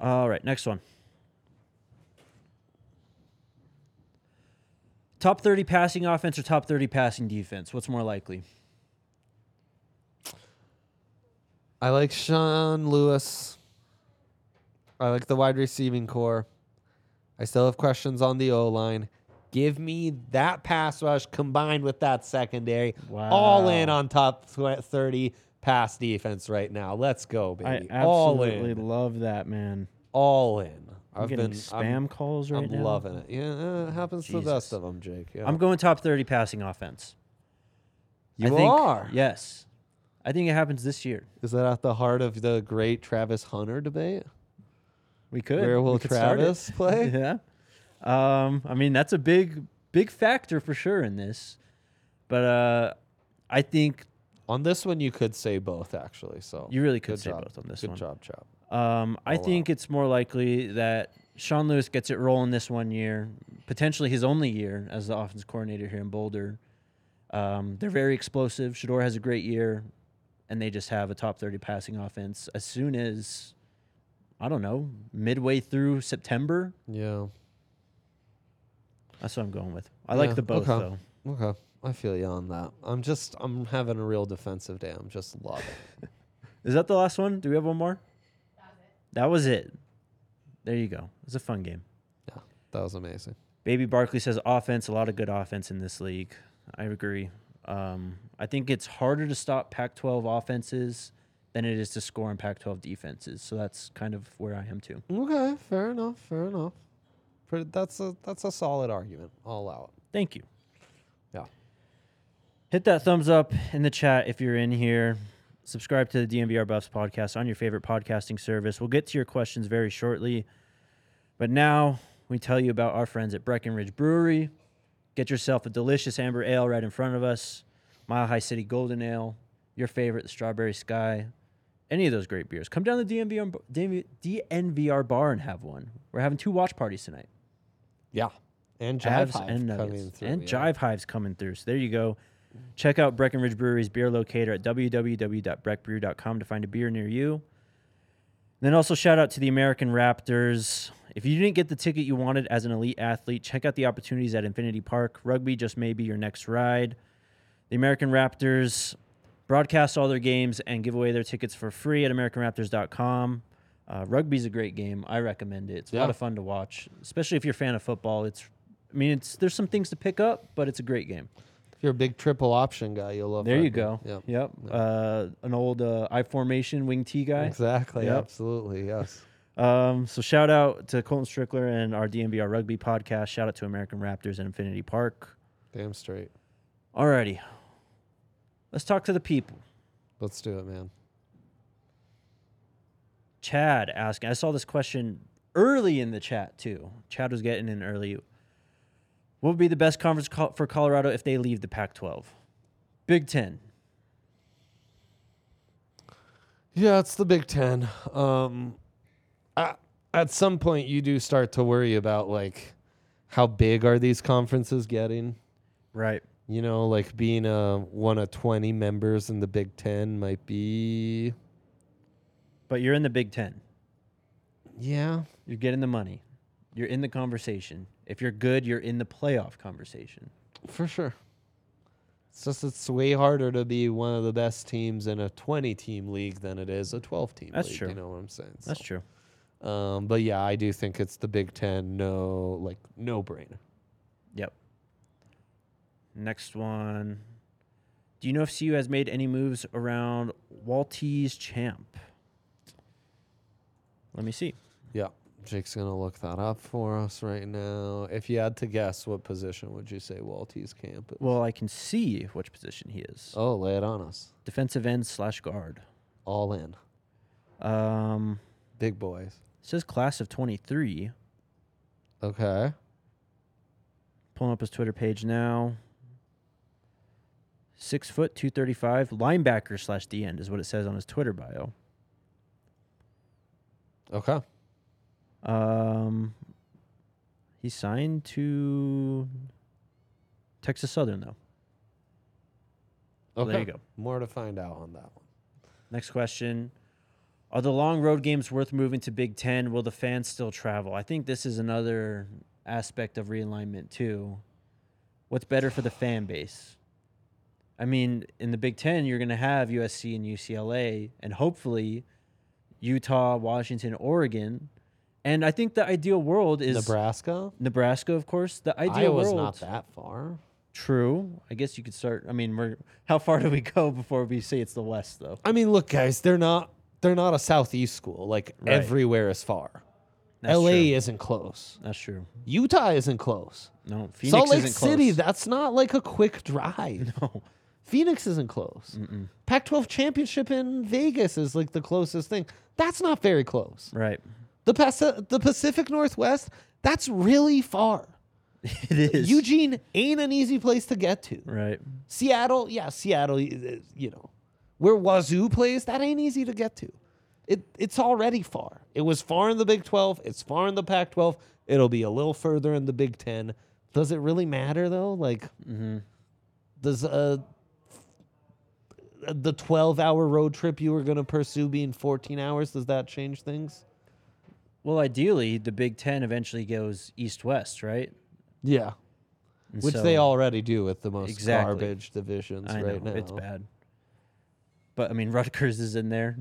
All right, next one. Top 30 passing offense or top 30 passing defense? What's more likely?
I like Sean Lewis. I like the wide receiving core. I still have questions on the O line. Give me that pass rush combined with that secondary. All in
Wow.
on top tw- 30 pass defense right now. Let's go, baby. All in.
love that, man.
All in.
I'm
I've
getting
been
spam
I'm,
calls right
I'm
now.
loving it. Yeah, it happens to the
Jesus.
best of them, Jake. Yeah.
I'm going top 30 passing offense.
You
I think,
are.
Yes. I think it happens this year.
Is that at the heart of the great Travis Hunter debate?
We could.
Where will
We could start it.
Travis play?
yeah. Um, I mean, that's a big, big factor for sure in this. But uh, I think
On this one, you could say both, actually. So
You really could
good
say
job.
both on this
good
one.
job, Chop.
Um, I
Oh, wow.
think it's more likely that Sean Lewis gets it rolling this one year, potentially his only year as the offense coordinator here in Boulder. Um, they're very explosive. Shador has a great year, and they just have a top 30 passing offense. As soon as, I don't know, midway through September,
Yeah.
that's what I'm going with. I
Yeah,
like the both,
okay.
though.
Okay. I feel you on that. I'm just, I'm having a real defensive day. I'm just loving it.
Is that the last one? Do we have one more? That was it. There you go. It was a fun game.
Yeah. That was amazing.
Baby Barkley says offense, a lot of good offense in this league. I agree. Um, I think it's harder to stop Pac 12 offenses than it is to score on Pac 12 defenses. So that's kind of where I am too.
Okay. Fair enough. Fair enough. Pretty, that's a, that's a solid argument. I'll allow it.
Thank you.
Yeah.
Hit that thumbs up in the chat if you're in here. Subscribe to the DNVR Buffs podcast on your favorite podcasting service. We'll get to your questions very shortly. But now We tell you about our friends at Breckenridge Brewery. Get yourself a delicious amber ale right in front of us. Mile High City Golden Ale, your favorite, the Strawberry Sky, any of those great beers. Come down to the DNVR, b- DNV DNVR bar and have one. We're having two watch parties tonight.
Yeah. And Jive
Jives
Hive
and
coming
Nuggets.
through.
and
yeah.
Jive Hive's coming through. So there you go. Check out Breckenridge Brewery's beer locator at www.breckbrew.com to find a beer near you. Then also shout out to the American Raptors. If you didn't get the ticket you wanted as an elite athlete, check out the opportunities at Infinity Park. Rugby just may be your next ride. The American Raptors broadcast all their games and give away their tickets for free at AmericanRaptors.com. Uh, rugby's a great game. I recommend it. It's a
Yeah.
lot of fun to watch, especially if you're a fan of football. It's, I mean, it's there's some things to pick up, but it's a great game.
If you're a big triple option guy, you'll love
There you
rugby.
go.
Yep.
Yep. Uh, an old uh, I formation wing T guy.
Exactly.
Yep.
Absolutely. Yes.
Um, so shout out to Colton Strickler and our DNBR Rugby podcast. Shout out to American Raptors and Infinity Park.
Damn straight.
Alrighty, let's talk to the people.
Let's do it, man.
Chad asking. I saw this question early in the chat too. Chad was getting in early. What would be the best conference co- for Colorado if they leave the Pac-12? Big Ten.
Yeah, it's the Big Ten. Um, I, at some point, you do start to worry about like how big are these conferences getting.
Right.
You know, like being a one of twenty members in the Big Ten might be.
But you're in the Big Ten.
Yeah,
You're getting the money. You're in the conversation. If you're good, you're in the playoff conversation.
for sure. It's just it's way harder to be one of the best teams in a twenty-team league than it is a twelve-team.
That's
league,
true.
You know what I'm saying?
That's true.
true. Um, but yeah, I do think it's the Big Ten. No, like no brainer.
Yep. Next one. Do you know if CU has made any moves around Waltese Champ? Let me see.
Yeah. Jake's going to look that up for us right now. If you had to guess, what position would you say Walt's camp is?
Well, I can see which position he is.
Oh, lay it on us.
Defensive end slash guard.
All in.
Um,
Big boys.
says class of 23.
Okay.
Pulling up his Twitter page now. Six foot, 235. Linebacker slash D end is what it says on his Twitter bio.
Okay.
Um, he signed to Texas Southern, though.
Okay.
there you go.
More to find out on that one.
Next question. Are the long road games worth moving to Big Ten? Will the fans still travel? I think this is another aspect of realignment, too. What's better for the fan base? I mean, in the Big Ten, you're going to have USC and UCLA, and hopefully Utah, Washington, Oregon. And I think the ideal world is
Nebraska?
Nebraska, of course. The ideal
Iowa's
world.
not that far.
True. I guess you could start. I mean, we're how far do we go before we say it's the West, though?
I mean, look, guys, they're not they're not a southeast school. Like
Right.
everywhere is far.
That's
LA
true.
isn't close.
That's true.
Utah isn't close.
No, Phoenix
Salt Lake
isn't close.
City, that's not like a quick drive.
No.
Phoenix isn't close. Pac 12 championship in Vegas is like the closest thing. That's not very close.
Right.
The, Pas- the Pacific Northwest, that's really far.
It is.
Eugene ain't an easy place to get to.
Right.
Seattle, yeah, Seattle, y- uh, you know, where Wazoo plays, that ain't easy to get to. It, it's already far. It was far in the Big 12. It's far in the Pac 12. It'll be a little further in the Big 10. Does it really matter, though? Like,
Mm-hmm.
does uh, the 12 hour road trip you were going to pursue being 14 hours, does that change things?
Well, ideally, the Big Ten eventually goes east-west, right?
Yeah.
And
Which they
so-
already do with the most
Exactly.
garbage divisions
I know
right now.
it's bad. But I mean, Rutgers is in there.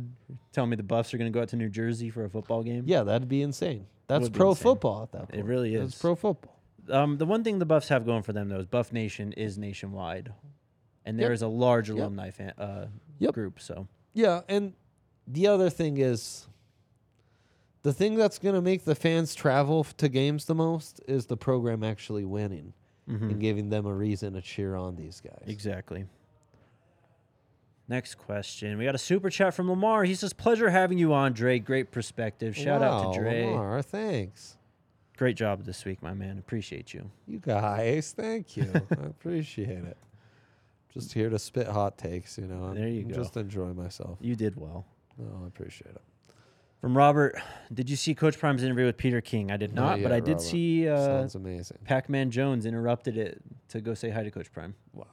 Tell me the Buffs are going to go out to New Jersey for a football game.
Yeah, that'd be insane. That's
Would be
pro
insane.
football at that point.
really
That's
is.
pro football.
Um, the one thing the Buffs have going for them though is Buff Nation is nationwide, and there
Yep.
is a large alumni fan, uh,
Yep.
group. So
Yeah, and the other thing is the thing that's going to make the fans travel f- to games the most is the program actually winning
Mm-hmm.
and giving them a reason to cheer on these guys.
exactly. Next question. We got a super chat from Lamar. He says, "Pleasure having you on, Dre. Great perspective. Shout out
Wow,
to Dre.
Lamar, thanks.
Great job this week, my man. Appreciate you.
You guys, thank you. I appreciate it. Just here to spit hot takes, you know. I'm-
There you
I'm
go.
Just enjoy myself.
You did well.
No, I appreciate it.
From Robert, did you see Coach Prime's interview with Peter King? I did
Not
not, but
yet,
I did
Robert.
see uh,
Sounds amazing.
Pac Man Jones interrupted it to go say hi to Coach Prime.
Wow,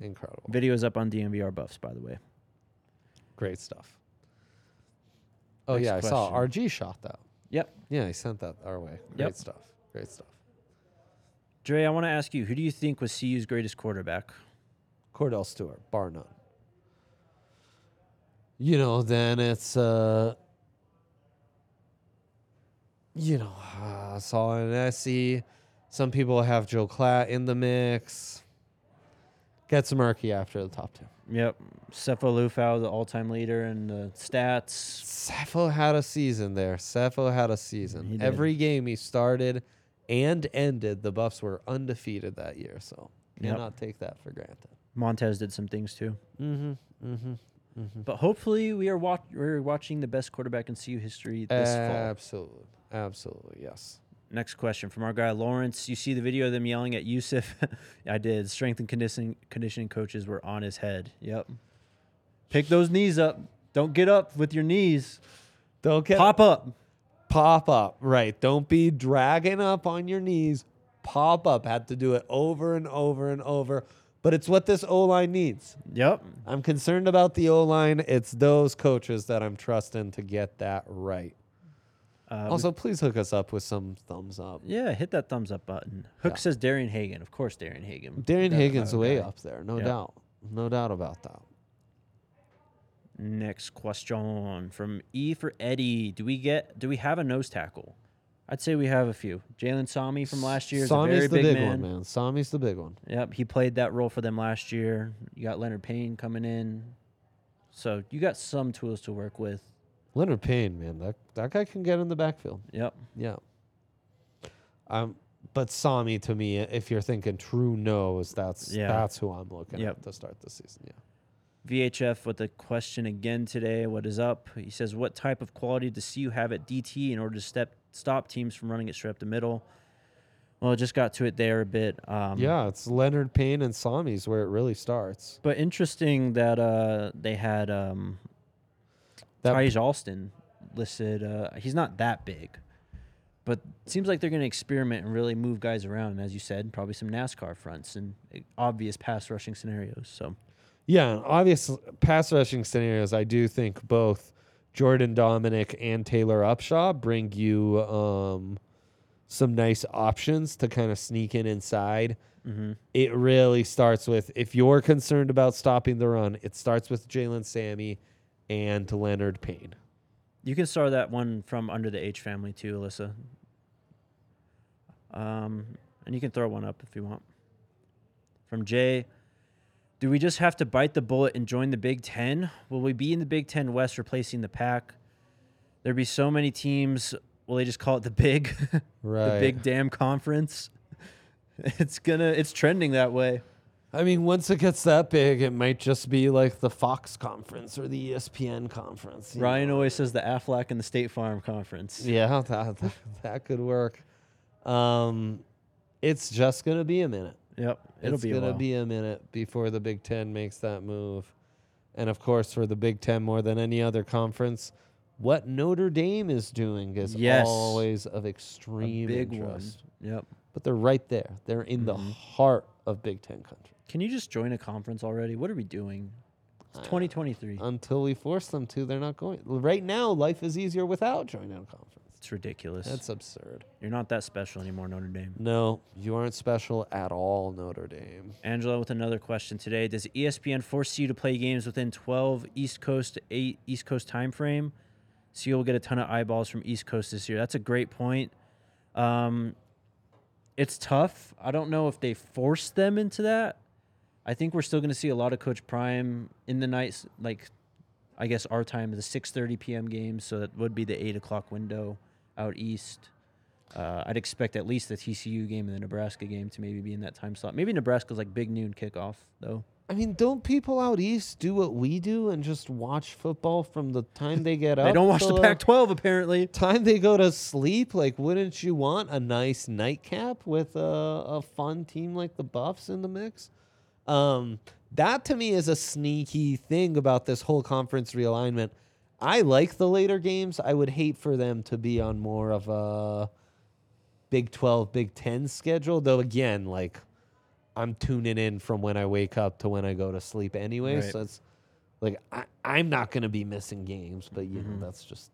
incredible.
Video's up on DMVR Buffs, by the way.
Great stuff. Oh
Next
yeah, I saw
question.
RG shot that.
Yep.
Yeah, he sent that our way. Great
Yep.
stuff. Great stuff.
Dre, I want to ask you, who do you think was CU's greatest quarterback?
Cordell Stewart, bar none. You know, then it's uh you know, uh, I saw an SE. E. Some people have Joe Klatt in the mix. Gets murky after the top two.
Yep. Cepho Lufau, the all time leader in the stats.
Cepho had a season there. Cepho had a season.
He did.
Every game he started and ended, the Buffs were undefeated that year. So
Yep.
cannot take that for granted.
Montez did some things too.
Mm-hmm. Mm-hmm.
But hopefully, we are watch- we're watching the best quarterback in CU history this
Uh,
fall.
Absolutely. Absolutely. Yes.
Next question from our guy Lawrence. You see the video of them yelling at Yusuf? I did. Strength and conditioning conditioning coaches were on his head. Yep. Pick those knees up. Don't get up with your knees.
Don't get
Pop up.
pop up. Right. Don't be dragging up on your knees. Pop up. Had to do it over and over and over. But it's what this O line needs.
Yep.
I'm concerned about the O line. It's those coaches that I'm trusting to get that right.
Uh,
Also, please hook us up with some thumbs up.
yeah, hit that thumbs up button. Hook says Darian Hagan. Of course, Darian Hagan.
Darren
That-
Higgins
that
way
guy.
up there, no
Yeah.
doubt, no doubt about that.
Next question from E for Eddie. Do we get? Do we have a nose tackle? I'd say we have a few. Jalen Sami from last year is a very
Sami's the
big,
big,
man.
one, man. Sami's the big one.
Yep, he played that role for them last year. You got Leonard Payne coming in, so you got some tools to work with.
Leonard Payne, man, that that guy can get in the backfield.
Yep,
Yeah. Um, but Sami to me, if you're thinking true nose, that's
Yeah.
that's who I'm looking
Yep.
at to start the season.
Mm-hmm.
Yeah.
VHF with a question again today. What is up? He says, "What type of quality does CU have at DT in order to step stop teams from running it straight up the middle?" Well, I just got to it there a bit. Um,
yeah, it's Leonard Payne and Sami's where it really starts.
but interesting that uh, they had um,
That
Taj Alston listed. Uh, he's not that big, but it seems like they're going to experiment and really move guys around. And as you said, probably some NASCAR fronts and uh, obvious pass rushing scenarios. So
Yeah, and obvious pass rushing scenarios. I do think both Jordan Dominic and Taylor Upshaw bring you um, some nice options to kind of sneak in inside. It really starts with if you're concerned about stopping the run, it starts with Jalen Sammy and Leonard Payne.
you can start that one from under the H family too, Alyssa. Um, and you can throw one up if you want. From Jay. Do we just have to bite the bullet and join the Big Ten? Will we be in the Big Ten West replacing the pack? There'd be so many teams. Will they just call it the Big?
Right.
The Big Damn Conference. It's gonna. It's trending that way.
I mean, once it gets that big, it might just be like the Fox conference or the E ESPN conference. you
Ryan
know?
always says the Aflac and the State Farm Conference.
Yeah, that, that, that could work. Um, it's just gonna be a minute.
Yep. It'll
it's
be a
gonna
while.
be a minute before the Big Ten makes that move, and of course, for the Big Ten more than any other conference, what Notre Dame is doing is
Yes.
always of
A
extreme
big
interest.
one. Mm-hmm. Yep.
But they're right there. They're in the heart of Big Ten country.
Can you just join a conference already? What are we doing? It's 2023.
Until we force them to, they're not going. Right now, life is easier without joining a conference.
It's ridiculous.
That's absurd.
You're not that special anymore, Notre Dame.
No, you aren't special at all, Notre Dame.
Angela with another question today. Does E ESPN force you to play games within 12 East Coast to 8 East Coast time frame? So you'll get a ton of eyeballs from East Coast this year. That's a great point. Um, it's tough. I don't know if they forced them into that. I think we're still going to see a lot of Coach Prime in the nights, like I guess our time is the 6:30 p.m. game, so that would be the eight o'clock window out east. Uh, I'd expect at least the TCU game and the Nebraska game to maybe be in that time slot. Maybe Nebraska's like big noon kickoff though.
I mean, don't people out east do what we do and just watch football from the time they get up?
They don't watch
till
the Pac-12 apparently.
time they go to sleep, like, wouldn't you want a nice nightcap with a, a fun team like the Buffs in the mix? Um, that to me is a sneaky thing about this whole conference realignment. I like the later games. I would hate for them to be on more of a Big 12, Big 10 schedule, though, again, like, I'm tuning in from when I wake up to when I go to sleep anyway.
Right.
So it's like, I, I'm not going to be missing games, but you know, that's just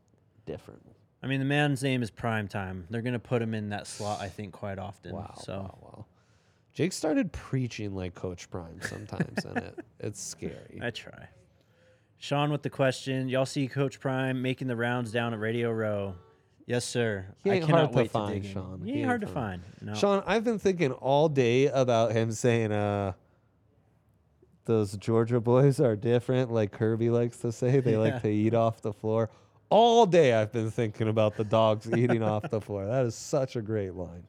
different.
I mean, the man's name is Prime Time. They're gonna put him in that slot, I think, quite often.
Wow.
so
Wow, wow. Jake started preaching like Coach Prime sometimes, and it it's scary.
I try. Sean with the question. Y'all see Coach Prime making the rounds down at Radio Row? Yes, sir.
He
I
ain't
cannot
hard to
wait
find,
to dig in.
Sean.
He
He
ain't hard
ain't
to find. No.
Sean, I've been thinking all day about him saying, uh, those Georgia boys are different, like Kirby likes to say. They
Yeah.
like to eat off the floor. All day I've been thinking about the dogs eating off the floor. That is such a great line.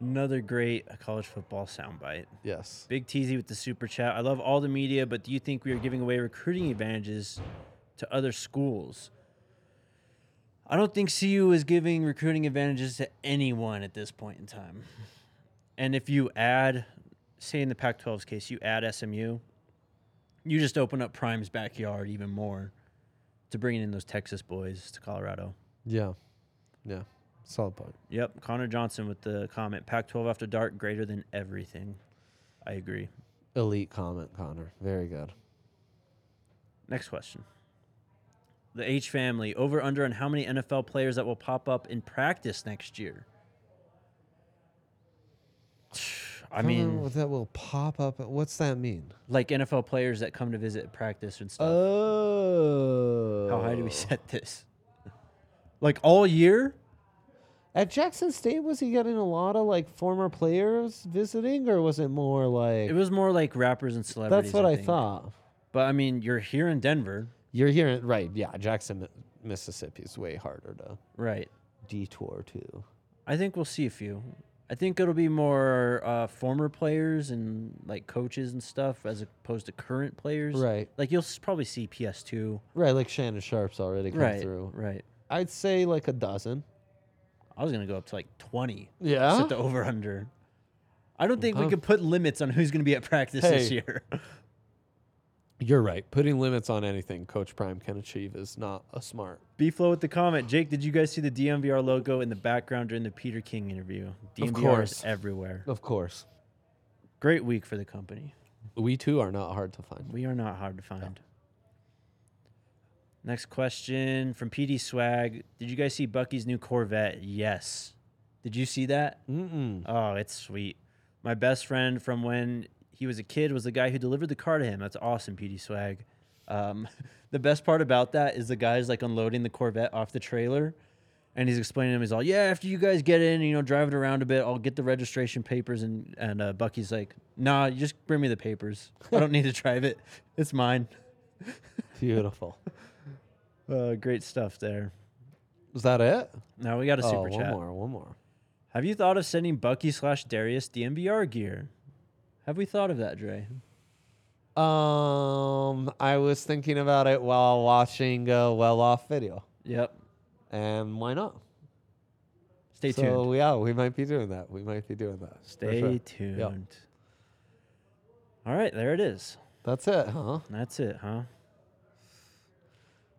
Another great college football soundbite.
Yes.
Big Teasy with the super chat. I love all the media, but do you think we are giving away recruiting advantages to other schools? I don't think CU is giving recruiting advantages to anyone at this point in time. And if you add, say in the Pac 12's case, you add SMU, you just open up Prime's backyard even more to bringing in those Texas boys to Colorado.
Yeah. Yeah. Solid point.
Yep. Connor Johnson with the comment Pac 12 after dark greater than everything. I agree.
Elite comment, Connor. Very good.
Next question. The H family over under on how many NFL players that will pop up in practice next year. I
Oh,
mean,
that will pop up. What's that mean?
like NFL players that come to visit practice and stuff.
Oh.
Uh, how high do we set this? Like all year?
At Jackson State, was he getting a lot of like former players visiting, or was it more like?
It was more like rappers and celebrities.
that's what I,
think.
thought.
But I mean, you're here in Denver,
You're hearing right, yeah. Jackson, Mi- Mississippi is way harder to
right?
detour to.
I think we'll see a few. I think it'll be more uh, former players and like coaches and stuff as opposed to current players.
Right.
Like you'll s- probably see PS2.
Right, like Shannon Sharp's already come
right.
through.
Right.
I'd say like a dozen.
I was gonna go up to like twenty.
Yeah?
Set the over under. I don't think we could put limits on who's gonna be at practice this
Hey.
year.
You're right. Putting limits on anything Coach Prime can achieve is not a smart.
B flow with the comment. Jake, did you guys see the DMVR logo in the background during the Peter King interview? DMVR
course.
is everywhere.
Of course,
Great week for the company.
we too are not hard to find.
We are not hard to find. Next question from PD Swag. Did you guys see Bucky's new Corvette? Yes. Did you see that?
Mm-mm.
Oh, it's sweet. My best friend from when he was a kid was the guy who delivered the car to him. That's awesome, PD Swag. Um, the best part about that is the guy's like unloading the Corvette off the trailer and he's explaining to him, he's all, yeah, after you guys get in, you know, drive it around a bit, I'll get the registration papers. And, and uh, Bucky's like, nah, you just bring me the papers. I don't need to drive it. It's mine.
Beautiful.
Uh, great stuff there.
Is that it?
Now we got a
oh,
super
one
chat.
more. One more.
Have you thought of sending Bucky slash Darius DMVR gear? Have we thought of that, Dre?
Um, I was thinking about it while watching a well-off video,
Yep.
and why not?
Stay
so
tuned.
yeah, we might be doing that. We might be doing that. for
Stay
sure.
tuned.
Yeah.
All right, there it is.
That's it, huh?
That's it, huh?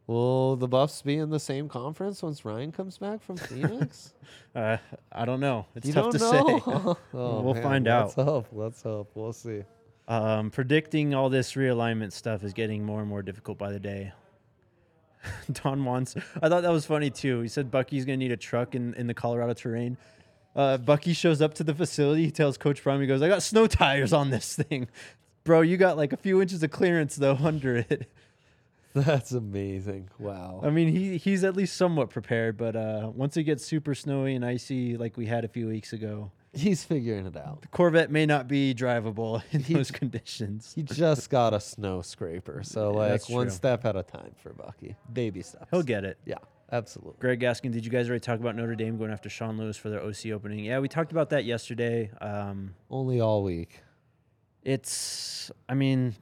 Will the Buffs be in the same conference once Ryan comes back from Phoenix?
Uh, I don't know. It's
you
tough to
don't know.
say.
Oh,
We'll
man,
find
let's
out.
hope. Let's hope. We'll see.
Um, predicting all this realignment stuff is getting more and more difficult by the day. Don wants. I thought that was funny too. He said Bucky's gonna need a truck in, in the Colorado terrain. Uh, Bucky shows up to the facility. He tells Coach Prime, he goes, "I got snow tires on this thing, bro. You got like a few inches of clearance though under it."
That's amazing. Wow.
I mean, he he's at least somewhat prepared, but uh, once it gets super snowy and icy, like we had a few weeks ago,
He's figuring it out.
the Corvette may not be drivable in those conditions.
He just got a snow scraper, so
Yeah,
like
that's
one
true.
step at a time for Bucky. Baby steps.
He'll get it.
Yeah, absolutely.
Greg asking, did you guys already talk about Notre Dame going after Sean Lewis for their OC opening? Yeah, we talked about that yesterday. Um,
Only all week.
It's, I mean,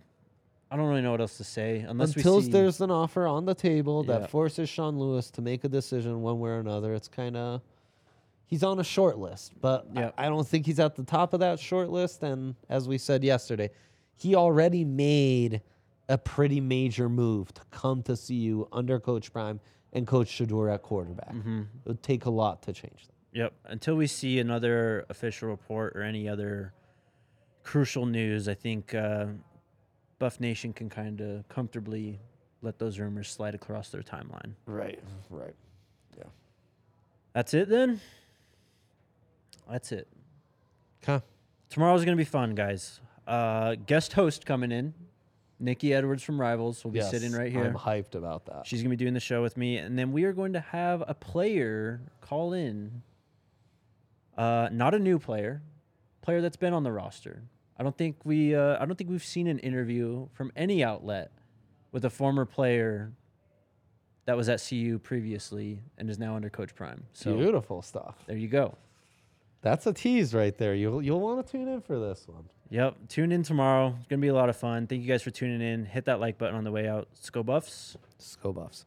I don't really know what else to say unless
Until
we see,
there's an offer on the table
Yeah.
that forces Sean Lewis to make a decision one way or another, it's kind of he's on a short list, but I-
Yeah.
I, don't think he's at the top of that short list. And as we said yesterday, he already made a pretty major move to come to see you under Coach Prime and Coach Shador at quarterback.
Mm-hmm.
It would take a lot to change that.
Yep. Until we see another official report or any other crucial news, I think uh, Buff Nation can kind of comfortably let those rumors slide across their timeline.
Right, right.
That's it then. That's it.
Okay.
Tomorrow's gonna be fun, guys. Uh, guest host coming in, Nikki Edwards from Rivals will be
Yes,
sitting right here.
I'm hyped about that.
She's gonna be doing the show with me, and then we are going to have a player call in. Uh, not a new player, player that's been on the roster. I don't think we, uh, I don't think we've seen an interview from any outlet with a former player that was at CU previously and is now under Coach Prime. So
Beautiful stuff.
there you go.
That's a tease right there. You'll you'll want to tune in for this one.
Yep. Tune in tomorrow. It's gonna be a lot of fun. Thank you guys for tuning in. Hit that like button on the way out. Let's go Buffs.
Let's go Buffs.